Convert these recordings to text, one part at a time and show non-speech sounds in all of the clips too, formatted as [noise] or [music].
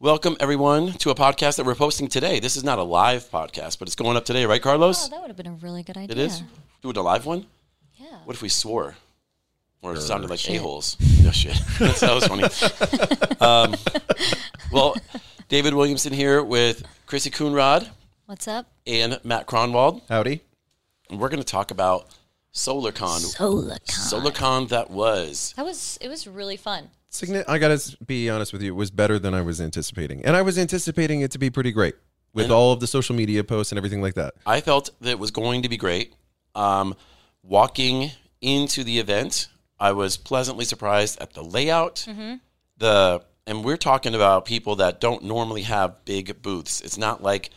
Welcome everyone to a podcast that we're posting today. This is not a live podcast, but it's going up today, right, Carlos? Oh, that would have been a really good idea. it is. Doing a live one. Yeah. What if we swore? Or it sounded like a holes. No shit. [laughs] That's- that was funny. um, well, David Williamson here with Chrissy Coonrod What's up? and Matt Cronwald. Howdy. And we're going to talk about SolarCon. SolarCon. SolarCon that was. That was it. Was really fun. Signet, I gotta s- be honest with you, it was better than I was anticipating, and I was anticipating it to be pretty great with all of the social media posts and everything like that. I felt that it was going to be great. Um, walking into the event, I was pleasantly surprised at the layout. The and we're talking about people that don't normally have big booths. It's not like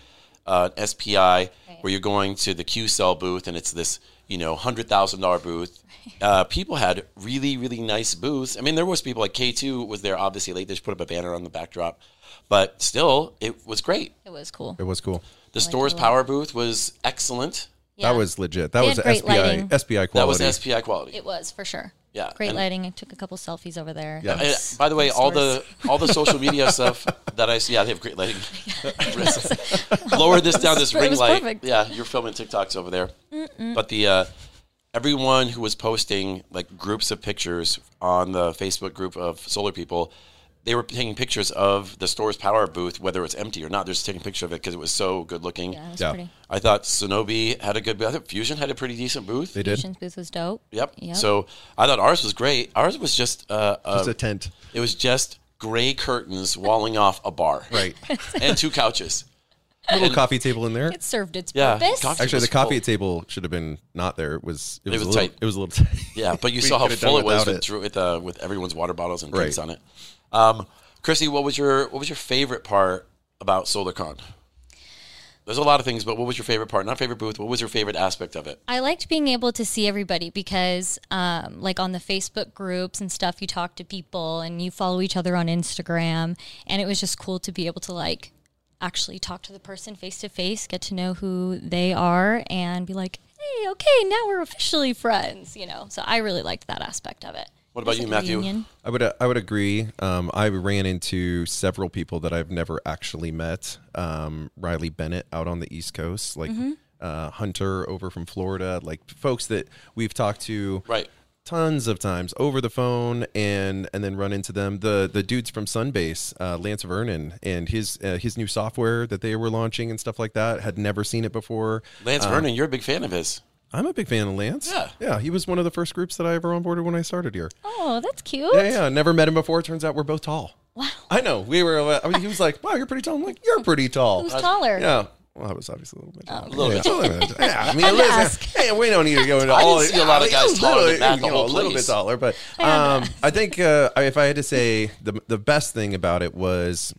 uh, SPI where you're going to the Q Cell booth and it's this you know hundred thousand dollar booth. Uh, people had really really nice booths. I mean, there was people like K two was there obviously late. They just put up a banner on the backdrop, but still, it was great. It was cool. It was cool. The store's power booth was excellent. Yeah. That was legit. That They was had great SPI lighting. SPI quality. That was SPI quality. It was for sure. Yeah, Great and- lighting. I took a couple selfies over there. Yeah. And, Thanks. by the way, Thanks, all stores. the all the social [laughs] media stuff that I see, yeah, they have great lighting. Lower this down, this [laughs] It ring was light. perfect. Yeah, you're filming TikToks over there. But the uh, everyone who was posting like groups of pictures on the Facebook group of solar people, they were taking pictures of the store's power booth, whether it's empty or not. They're just taking a picture of it because it was so good looking. Yeah, it was Yeah. pretty. I thought Sonobi had a good booth. I thought Fusion had a pretty decent booth. They did. Fusion's booth was dope. Yep. Yep. So I thought ours was great. Ours was just uh, a, It was a tent. it was just gray curtains walling off a bar, [laughs] Right. and two couches. Little coffee table in there. It served its Yeah. purpose. Cock- Actually, the It was full. coffee table should have been not there. It was. It, was, was a little, tight. It was a little. [laughs] Tight. Yeah, but you We saw how could have done full it was without with, Drew, with, uh, with everyone's water bottles and drinks Right. on it. Um, Chrissy, what was your what was your favorite part about SolarCon? There's a lot of things, but what was your favorite part? Not favorite booth. What was your favorite aspect of it? I liked being able to see everybody because, um, like on the Facebook groups and stuff, you talk to people and you follow each other on Instagram, and it was just cool to be able to like actually talk to the person face to face, get to know who they are, and be like, "Hey, okay, now we're officially friends," you know. So I really liked that aspect of it. What about you, It was like a Matthew? reunion. I would I would agree. Um, I ran into several people that I've never actually met. Um, Riley Bennett out on the East Coast, like Mm-hmm. uh, Hunter over from Florida, like folks that we've talked to Right. tons of times over the phone and and then run into them. The the dudes from Sunbase, uh, Lance Vernon and his uh, his new software that they were launching and stuff like that had never seen it before. Lance Vernon, you're a big fan of his. I'm a big fan of Lance. Yeah. yeah, he was one of the first groups that I ever onboarded when I started here. Oh, that's cute. Yeah, yeah. Never met him before. Turns out we're both tall. Wow. I know. We were. uh, I mean, he was like, "Wow, you're pretty tall." I'm like, "You're pretty tall." Uh, Who's taller? Yeah. Well, I was obviously a little bit. Taller. Oh. little yeah, bit. [laughs] a little bit. Yeah, I mean, Had to listen, ask. hey, we don't need to go into I didn't all. see a lot of yeah, guys a taller little- than that the you know, whole a little place. bit taller, but um, I think uh, I- if I had to say the the best thing about it was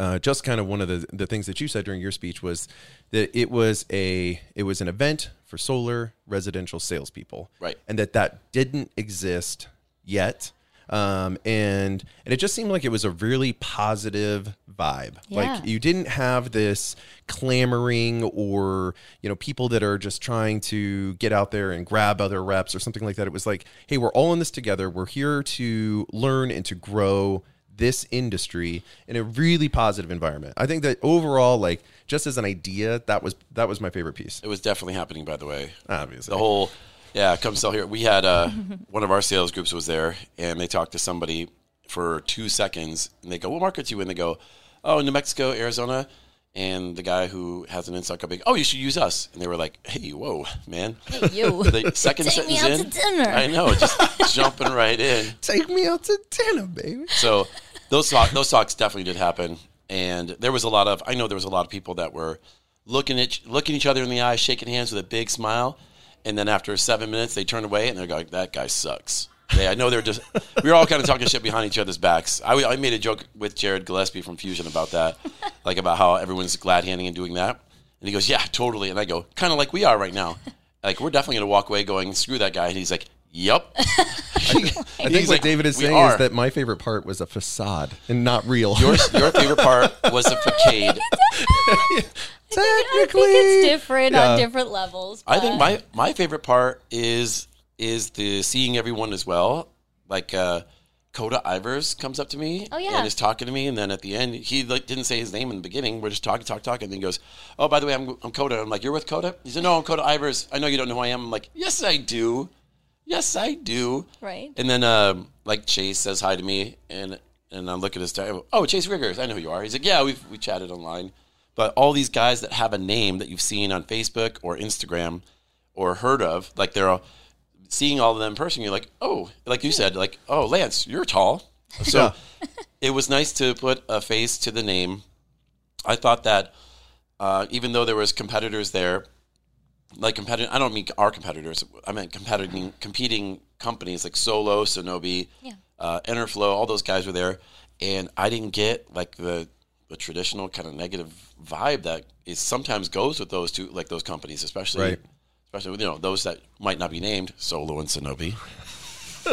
uh, just kind of one of the, the things that you said during your speech was that it was a it was an event for solar residential salespeople, Right. And that that didn't exist yet, um, and and it just seemed like it was a really positive vibe. Yeah. Like you didn't have this clamoring or you know people that are just trying to get out there and grab other reps or something like that. It was like, hey, we're all in this together. We're here to learn and to grow this industry in a really positive environment. I think that overall, like just as an idea, that was that was my favorite piece. It was definitely happening, by the way. Obviously, the whole yeah come sell here we had uh, [laughs] one of our sales groups was there and they talked to somebody for two seconds and they go what markets you in they go oh new mexico arizona and the guy who has an inside company oh you should use us and they were like hey whoa [laughs] man Hey, [laughs] you. the second Take me sentence out in to dinner. i know just [laughs] jumping right in take me out to dinner, baby. so those talk, those talks definitely did happen, and there was a lot of I know there was a lot of people that were looking at looking each other in the eye, shaking hands with a big smile, and then after seven minutes they turned away and they're like, "That guy sucks." They, I know they're just we were all kind of talking shit behind each other's backs. I, I made a joke with Jared Gillespie from Fusion about that, like about how everyone's glad handing and doing that, and he goes, "Yeah, totally," and I go, "Kind of like we are right now." Like we're definitely gonna walk away going screw that guy, and he's like, "Yep." I think what David is saying is is that my favorite part was a facade and not real. Your, [laughs] your favorite part was the facade. I think it's different on different levels. I but- think my, my favorite part is is the seeing everyone as well, like uh, Coda Ivers comes up to me Oh, yeah. and is talking to me, and then at the end he like didn't say his name in the beginning. We're just talking, talk, talk, and then he goes, "Oh, by the way, I'm, I'm Coda." I'm like, "You're with Coda?" He said, "No, I'm Coda Ivers. I know you don't know who I am." I'm like, "Yes, I do. Yes, I do." Right. And then um, like Chase says hi to me, and and I look at his tag. Oh, Chase Riggers, I know who you are. He's like, "Yeah, we we chatted online." But all these guys that have a name that you've seen on Facebook or Instagram or heard of, like they're all seeing all of them in person, you're like, oh, like you said, like, oh, Lance, you're tall. So it was nice to put a face to the name. I thought that uh, even though there was competitors there, like competitor, I don't mean our competitors. I meant competing competing companies like Solo, Sonobi, Yeah. uh, Enterflow. All those guys were there, and I didn't get like the the traditional kind of negative vibe that is sometimes goes with those two, like those companies, especially Right. especially with you know those that might not be named Solo and Sonobi.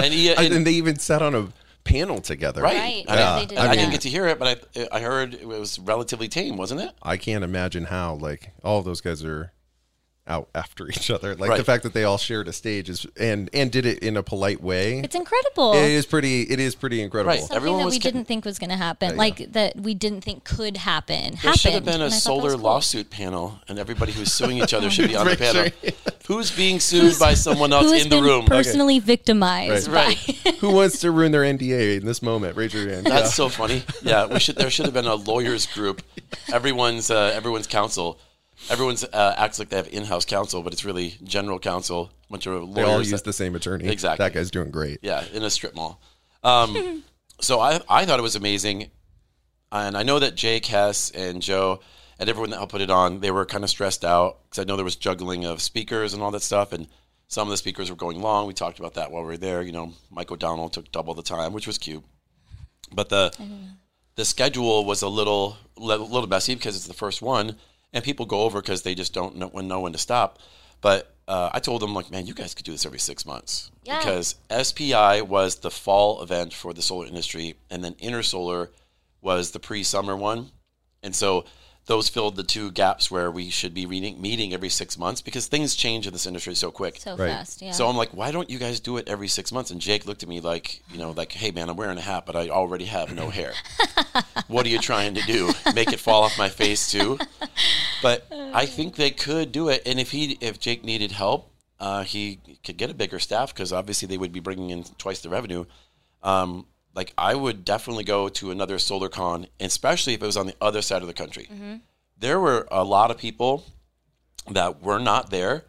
and, he, And, and- they even sat on a panel together. right, Right, I, yeah, didn't- they I did didn't that. get to hear it, but I I heard it was relatively tame, wasn't it? I can't imagine how like all of those guys are out after each other. Like the Right. fact that they all shared a stage is and and did it in a polite way. It's incredible. it is pretty. It is pretty incredible. Right. Something Everyone that was we getting- didn't think was going to happen, like that we didn't think could happen. There should have happened, been a and I thought that was solar cool. lawsuit panel, and everybody who's suing each other should be on the Right, panel. sure. [laughs] Who's being sued by someone else Who has in the been room? personally victimized? Right. by- Who wants to ruin their NDA in this moment? Raise your hand. That's so funny. Yeah, we should. There should have been a lawyers group. Everyone's uh, everyone's counsel. Everyone's uh, acts like they have in-house counsel, but it's really general counsel. A bunch of lawyers. They all that- use the same attorney. Exactly. That guy's doing great. Yeah, in a strip mall. Um, so I I thought it was amazing, and I know that Jake Hess and Joe and everyone that helped put it on, they were kind of stressed out because I know there was juggling of speakers and all that stuff, and some of the speakers were going long. We talked about that while we were there. You know, Mike O'Donnell took double the time, which was cute, but the the schedule was a little li- little messy because it's the first one, and people go over because they just don't know when know when to stop. But uh, I told them like, man, you guys could do this every six months Yeah. because SPI was the fall event for the solar industry, and then InterSolar was the pre-summer one, and so those filled the two gaps where we should be reading, meeting every six months because things change in this industry so quick. [laughs] so Right. fast, yeah. So I'm like, why don't you guys do it every six months? And Jake looked at me like, you know, like, hey man, I'm wearing a hat, but I already have no hair. what are you trying to do? Make it fall off my face too? But I think they could do it. And if he, if Jake needed help, uh, he could get a bigger staff because obviously they would be bringing in twice the revenue. Um, like I would definitely go to another solar con, especially if it was on the other side of the country. There were a lot of people that were not there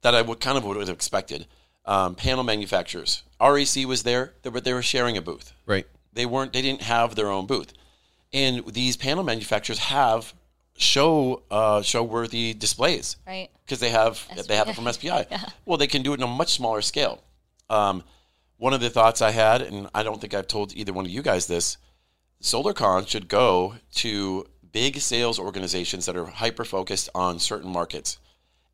that I would kind of would have expected. Um, panel manufacturers, REC was there, they were, they were sharing a booth. Right. They weren't, they didn't have their own booth, and these panel manufacturers have show uh, show worthy displays right. because they have they have it from SPI. Well, they can do it on a much smaller scale. Um, one of the thoughts I had, and I don't think I've told either one of you guys this, SolarCon should go to big sales organizations that are hyper focused on certain markets,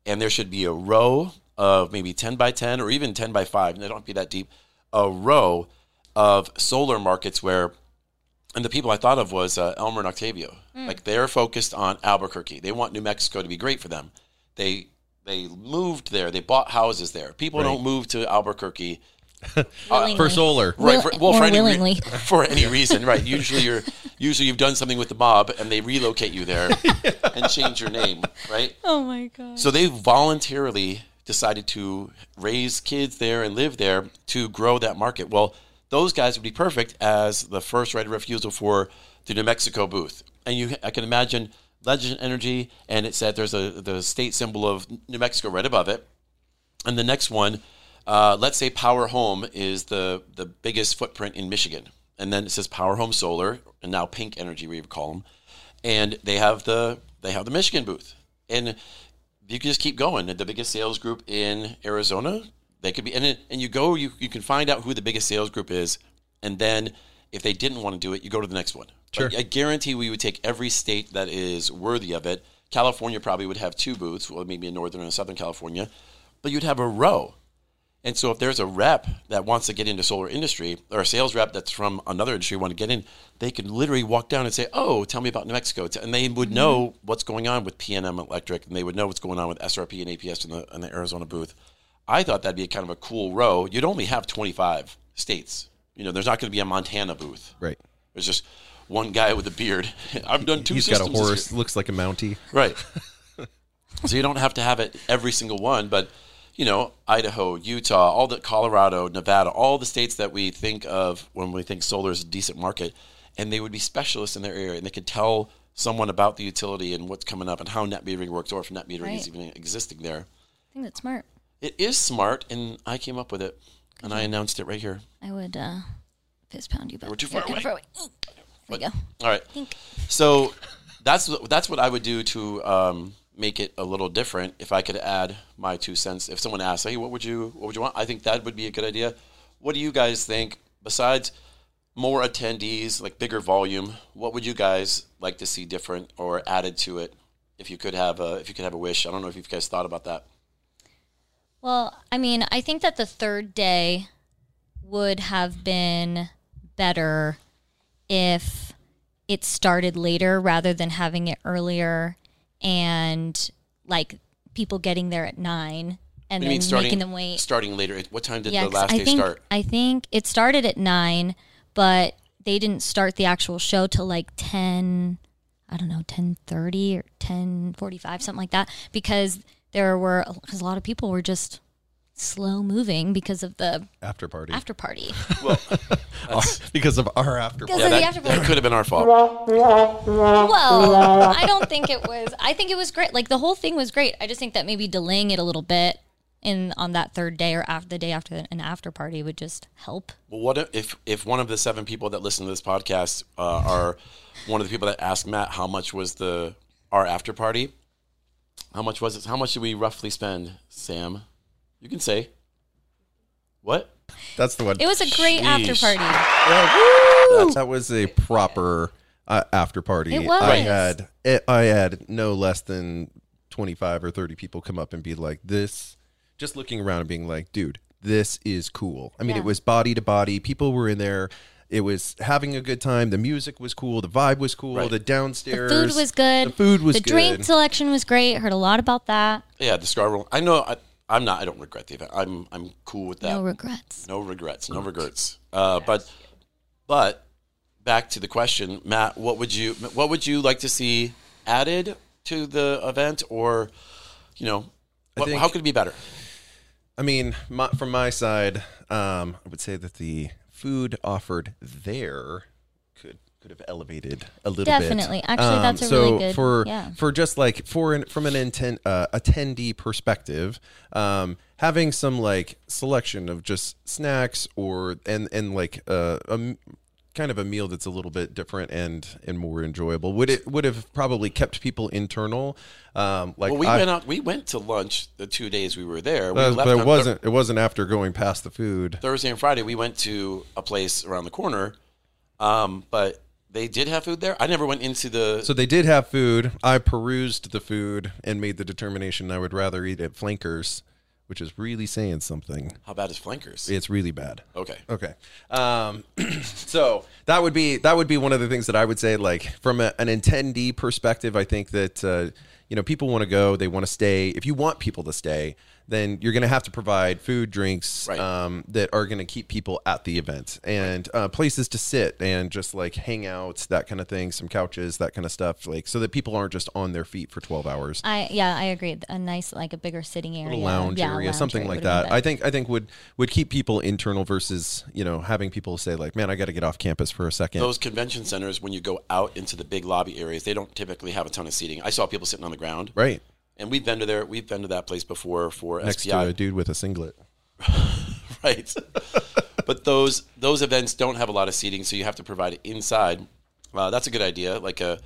and there should be a row of maybe ten by ten or even ten by five. And they don't have to be that deep. A row of solar markets where and the people I thought of was uh, Elmer and Octavio. Like they're focused on Albuquerque. They want New Mexico to be great for them. They they moved there. They bought houses there. People don't move to Albuquerque uh, For solar. right Will- for, well more for any, re- willingly. [laughs] for any reason right usually you're usually you've done something with the mob and they relocate you there and change your name right Oh my god. so they voluntarily decided to raise kids there and live there to grow that market. Well, those guys would be perfect as the first right of refusal for the New Mexico booth. And you, I can imagine Legend Energy, and it said there's a the state symbol of New Mexico right above it. And the next one, uh, let's say Power Home is the the biggest footprint in Michigan, and then it says Power Home Solar, and now Pink Energy we would call them, and they have the they have the Michigan booth, and you can just keep going. The biggest sales group in Arizona, they could be, and it, and you go, you you can find out who the biggest sales group is, and then if they didn't want to do it, you go to the next one. Sure. I guarantee we would take every state that is worthy of it. California probably would have two booths, well, maybe in northern and southern California, but you'd have a row. And so if there's a rep that wants to get into solar industry or a sales rep that's from another industry want to get in, they can literally walk down and say, "Oh, tell me about New Mexico." T- And they would Mm-hmm. know what's going on with PNM Electric and they would know what's going on with SRP and APS in the in the Arizona booth. I thought that'd be kind of a cool row. You'd only have 25 states. You know, there's not going to be a Montana booth. Right. There's just one guy with a beard. [laughs] I've done two. He's got systems a this year. horse. Looks like a Mountie. Right. [laughs] so you don't have to have it every single one, but you know, Idaho, Utah, all the Colorado, Nevada, all the states that we think of when we think solar is a decent market, and they would be specialists in their area and they could tell someone about the utility and what's coming up and how net metering works or if net metering is Right. even existing there. I think that's smart. It is smart and I came up with it and I announced it right here. I would uh, fist pound you, but We're too you're far kind of away. There we go. All right. Think. So that's wh- that's what I would do to um, make it a little different. If I could add my two cents, if someone asks, "Hey, what would you what would you want?" I think that would be a good idea. What do you guys think? Besides more attendees, like bigger volume, what would you guys like to see different or added to it? If you could have a if you could have a wish, I don't know if you guys thought about that. Well, I mean, I think that the third day would have been better if it started later rather than having it earlier and like people getting there at nine and What do you then mean starting making them wait. starting later? It- What time did the 'cause last I day think start? I think it started at nine, but they didn't start the actual show till like ten. I don't know, ten thirty or ten forty five, something like that, because there were because a lot of people were just slow moving because of the After party. after party. [laughs] because of our after party. Because Yeah, of the that, after party. that could have been our fault. Well, I don't think it was. I think it was great. Like the whole thing was great. I just think that maybe delaying it a little bit in on that third day or after the day after an after party would just help. Well, what if- if if one of the seven people that listen to this podcast uh, are one of the people that asked Matt how much was the our after party? How much was it? How much did we roughly spend, Sam? You can say. What? That's the one. It was a great after Sheesh. party. That, that was a proper uh, after party. It was. I had it, I had no less than twenty five or thirty people come up and be like, "This," just looking around and being like, "Dude, this is cool." I mean, Yeah. it was body to body. People were in there. It was having a good time. The music was cool. The vibe was cool. Right. The downstairs Food was good. The food was The good. drink selection was great. Heard a lot about that. Yeah, the Scarborough. I know. I, I'm not. I don't regret the event. I'm. I'm cool with that. No regrets. No regrets. No regrets. Uh, but, but back to the question, Matt. What would you What would you like to see added to the event, or you know, what, think- how could it be better? I mean, my, from my side, um, I would say that the food offered there could could have elevated a little Definitely. bit. Um, Actually, that's a so really good- for yeah. for just like for an, from an intent uh, attendee perspective, um, having some like selection of just snacks or and and like uh, a m- kind of a meal that's a little bit different and and more enjoyable would it would have probably kept people internal. Um, like Well, we I- went out. We went to lunch the two days we were there. We uh, left but on it wasn't it wasn't after going past the food. Thur- Thursday and Friday. We went to a place around the corner, um, but they did have food there. I never went into the. So they did have food. I perused the food and made the determination I would rather eat at Flankers, which is really saying something. how bad is flankers? It's really bad. okay. Okay. Um, [clears throat] so that would be that would be one of the things that I would say. Like from a, an attendee perspective, I think that uh, you know people want to go, they want to stay. If you want people to stay, then you're going to have to provide food, drinks Right. um, that are going to keep people at the event and uh, places to sit and just like hang out, that kind of thing, some couches, that kind of stuff, like so that people aren't just on their feet for 12 hours I yeah, I agree. A nice like a bigger sitting area, little lounge Yeah, area, lounge something area like would've been that. I better. think I think would would keep people internal versus you know having people say like, man, I got to get off campus for a second. Those convention centers, when you go out into the big lobby areas, they don't typically have a ton of seating. I saw people sitting on the ground, right and we've been to there. We've been to that place before for next SPI, to a dude with a singlet. [laughs] right? [laughs] but those those events don't have a lot of seating, so you have to provide it inside. Uh, that's a good idea, like a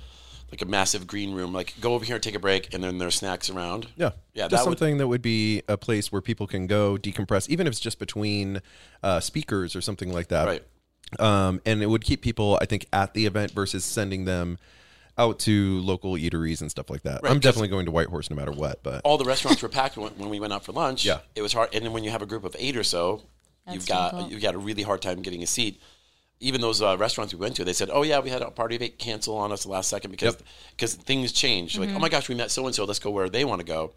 like a massive green room. Like go over here and take a break, and then there's snacks around. Yeah, yeah, Just that would, something that would be a place where people can go decompress, even if it's just between uh, speakers or something like that. right. Um, and it would keep people, I think, at the event versus sending them out to local eateries and stuff like that. I'm 'cause- definitely going to Whitehorse no matter what, but all the restaurants were packed when, when we went out for lunch. Yeah. it was hard. And then when you have a group of eight or so, you've got difficult. you've got a really hard time getting a seat. Even those uh, restaurants we went to, they said, "Oh yeah, we had a party of eight cancel on us the last second because because things change. Like, oh my gosh, we met so and uh, so. Let's go where they want to go."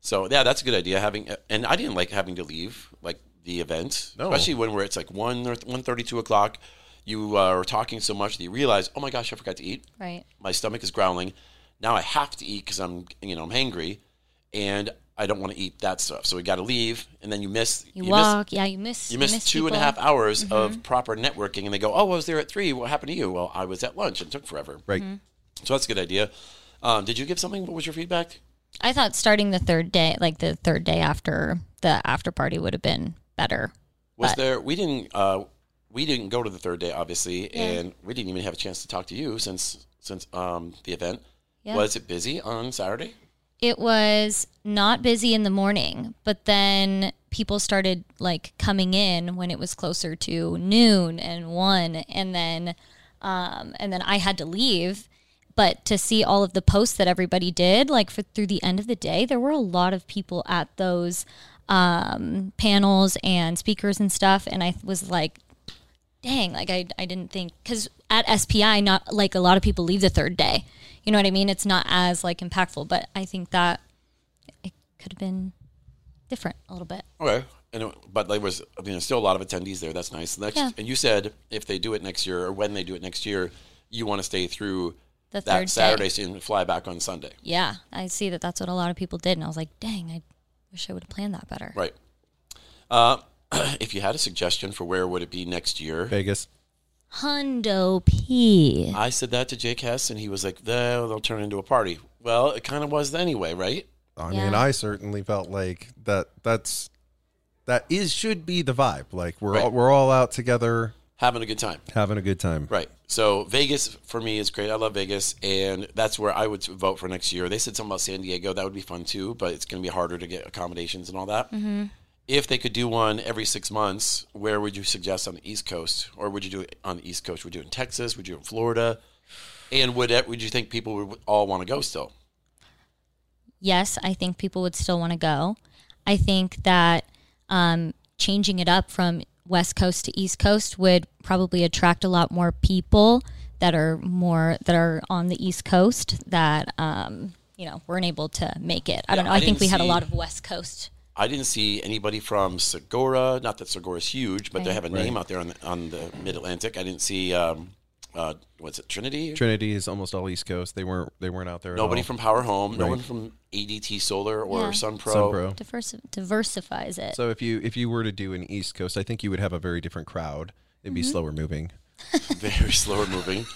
So yeah, that's a good idea. Having and I didn't like having to leave. Like the event, No. especially when we're it's like one or one thirty, two o'clock. You uh, are talking so much that you realize, oh my gosh, I forgot to eat. Right. My stomach is growling. Now I have to eat because I'm you know I'm hangry, and I don't want to eat that stuff. So we got to leave, and then you miss You, miss- walk. yeah, you miss. you missed two and a people. Mm-hmm. half hours of proper networking, and they go, "Oh, I was there at three. What happened to you?" Well, I was at lunch and it took forever. Right. Mm-hmm. So that's a good idea. Um, did you give something? What was your feedback? I thought starting the third day, like the third day after the after party, would have been better. Was But- there? We didn't. Uh, we didn't go to the third day, obviously, and we didn't even have a chance to talk to you since since um, the event. Yeah. Was it busy on Saturday? It was not busy in the morning, but then people started like coming in when it was closer to noon and one, and then um, and then I had to leave. But to see all of the posts that everybody did, like for through the end of the day, there were a lot of people at those um, panels and speakers and stuff, and I was like, dang, like I, I didn't think because at SPI, not like a lot of people leave the third day. You know what I mean? It's not as like impactful, but I think that it could have been different a little bit. Okay. And it- but there was I mean, there's still a lot of attendees there. That's nice. Next, Yeah. and you said if they do it next year or when they do it next year, you want to stay through The third day. that Saturday so you can fly back on Sunday. Yeah, I see that. That's what a lot of people did, and I was like, dang, I wish I would have planned that better. Right. Uh, [clears throat] if you had a suggestion for where would it be next year, Vegas. Hundo P. I said that to Jake Hess, and he was like, "No, they'll turn into a party." Well, it kind of was anyway, right? I Yeah. mean, I certainly felt like that. That's that is should be the vibe. Like we're Right. all, we're all out together Having a good time, having a good time. right? So Vegas for me is great. I love Vegas, and that's where I would vote for next year. They said something about San Diego. That would be fun too, but it's going to be harder to get accommodations and all that. If they could do one every six months, where would you suggest on the East Coast, or would you do it on the East Coast? Would you do it in Texas? Would you do it in Florida? And would it, would you think people would all want to go still? yes, I think people would still want to go. I think that um, changing it up from West Coast to East Coast would probably attract a lot more people that are more that are on the East Coast that um, you know weren't able to make it. I don't Yeah, know. I, I think didn't we had a see- lot of West Coast. I didn't see anybody from Segura. Not that Segura's huge, but they Right. have a name out there on the, on the Mid Atlantic. I didn't see um, uh, what's it Trinity. Trinity is almost all East Coast. They weren't they weren't out there. Nobody at all. from Power Home. No Right. one from ADT Solar or Yeah. SunPro. Sunpro. Diversi- diversifies it. So if you if you were to do an East Coast, I think you would have a very different crowd. It'd be slower moving. [laughs] Very slower [laughs] moving.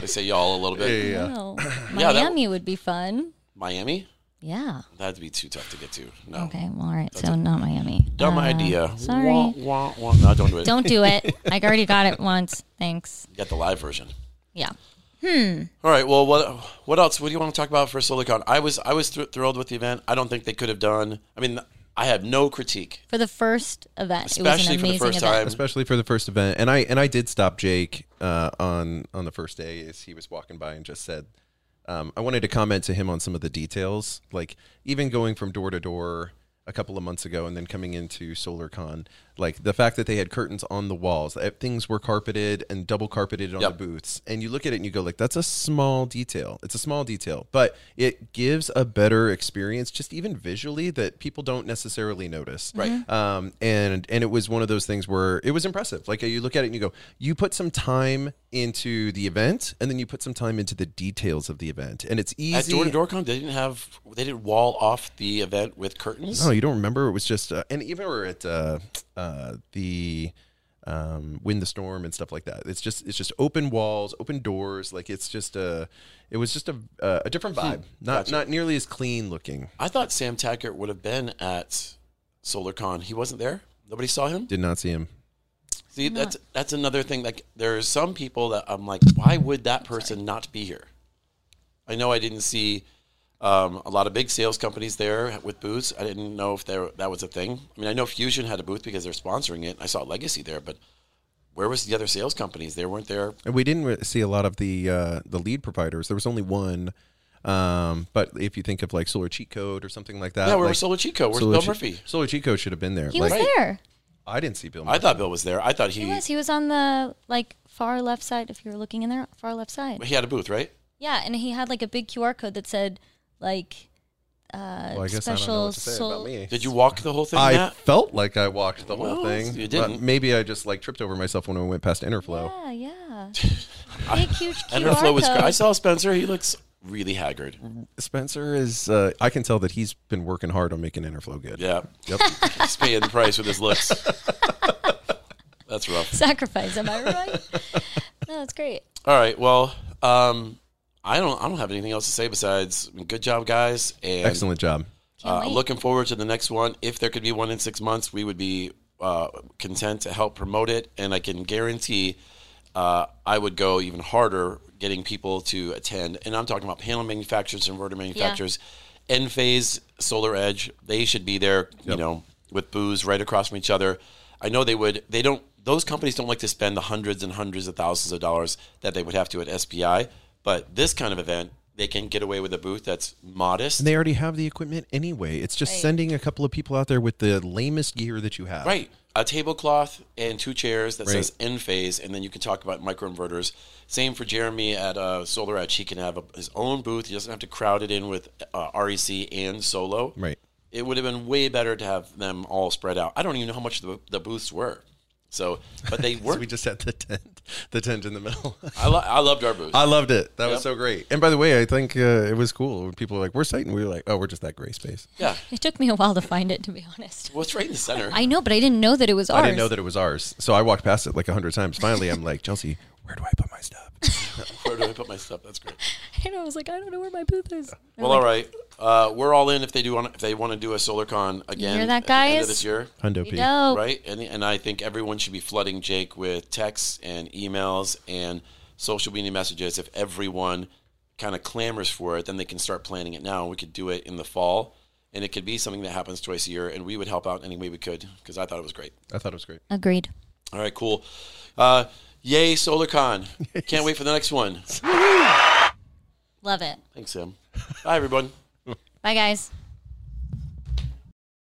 they say y'all a little bit. Wow. [clears throat] Yeah, that- Oh, Miami would be fun. Miami. Yeah. That'd be too tough to get to. No. Okay. Well, all right. So not Miami. Dumb Uh, idea. Sorry. Wah, wah, wah. No, don't do it. Don't [laughs] do it. I already got it once. Thanks. You got the live version. Yeah. All right. Well, what what else? What do you want to talk about for SolarCon? I was I was thr- thrilled with the event. I don't think they could have done. I mean, I have no critique, for the first event. especially it was for an the amazing first event. time. especially for the first event. And I and I did stop Jake uh, on on the first day as he was walking by and just said, um, I wanted to comment to him on some of the details, like even going from door to door a couple of months ago and then coming into SolarCon, like the fact that they had curtains on the walls, that things were carpeted and double carpeted on Yep. the booths, and you look at it and you go like, that's a small detail. It's a small detail, but it gives a better experience, just even visually, that people don't necessarily notice Right. Mhm. um, and and it was one of those things where it was impressive. Like you look at it and you go, you put some time into the event, and then you put some time into the details of the event, and it's easy. At Door to Door Con, they didn't have they didn't wall off the event with curtains. No, you don't remember. It was just, uh, and even we're at uh, uh, the um, wind the storm and stuff like that. It's just, it's just open walls, open doors. Like it's just a, it was just a uh, a different vibe. Not not nearly as clean looking. I thought Sam Tackert would have been at SolarCon. He wasn't there. Nobody saw him. Did not see him. See, that's that's another thing. Like there are some people that I'm like, why would that person not be here? I know I didn't see um, a lot of big sales companies there with booths. I didn't know if there that was a thing. I mean, I know Fusion had a booth because they're sponsoring it. I saw Legacy there, but where was the other sales companies? They weren't there. And we didn't re- see a lot of the uh, the lead providers. There was only one. Um, but if you think of like Solar Cheat Code or something like that, Yeah, where Uh, like was Solo Chico? Where's Solar Bill Cheat- Murphy? Solar Cheat Code should have been there. He like, was there. I didn't see Bill. I Murphy. thought Bill was there. I thought He he was. He was on the like far left side. If you were looking in there, far left side. he had a booth, right? Yeah, and he had like a big QR code that said like uh, Well, I guess I don't know special what to say about soul. me. Did you walk the whole thing? I Matt? felt like I walked the whole Well, thing. you but didn't. maybe I just like tripped over myself when I went past Interflow. Yeah, [laughs] yeah. Big huge And QR her flow was. code. I saw Spencer. He looks really haggard. Spencer is. Uh, I can tell that he's been working hard on making Interflow good. Yeah, [laughs] Yep. he's paying the price with his looks. That's rough. [laughs] Sacrifice, am I right? [laughs] no, that's great. All right. Well, um, I don't. I don't have anything else to say besides good job, guys. And Excellent job. Can't Uh, wait. looking forward to the next one. If there could be one in six months, we would be uh, content to help promote it. And I can guarantee uh, I would go even harder getting people to attend. And I'm talking about panel manufacturers, inverter manufacturers, Enphase, Solar Edge. They should be there, you Yep. know, with booze right across from each other. I know they would, they don't, those companies don't like to spend the hundreds and hundreds of thousands of dollars that they would have to at SPI. But this kind of event, they can get away with a booth that's modest. And they already have the equipment anyway. It's just Right. sending a couple of people out there with the lamest gear that you have. Right. A tablecloth and two chairs that Right. says end phase, and then you can talk about microinverters. Same for Jeremy at uh, Solar Edge. He can have a, his own booth. He doesn't have to crowd it in with uh, REC and Solo. Right. It would have been way better to have them all spread out. I don't even know how much the, the booths were. So, but [laughs] they So were. we just had the tent, the tent in the middle. [laughs] I, lo- I loved our booth. [laughs] I loved it. That Yep. was so great. And by the way, I think uh, it was cool. When people were like, "We're Satan," we were like, "Oh, we're just that gray space." yeah. It took me a while to find it, to be honest. Well, it's right in the center. I know, but I didn't know that it was ours. I didn't know that it was ours, so I walked past it like a hundred times. Finally, I'm like, "Chelsea, where do I put my stuff?" [laughs] [laughs] Where do I put my stuff? That's [laughs] great. And I was like, I don't know where my booth is. Well, all right. Uh, we're all in if they do want if they want to do a SolarCon again that, at the end guys? of this year. Hundo You P. know, right? And and I think everyone should be flooding Jake with texts and emails and social media messages. If everyone kind of clamors for it, then they can start planning it now. We could do it in the fall, and it could be something that happens twice a year. And we would help out any way we could because I thought it was great. I thought it was great. Agreed. All right, cool. Uh, yay, SolarCon! Can't wait for the next one. Love it. Thanks, Sam. Bye, everyone. Bye, guys.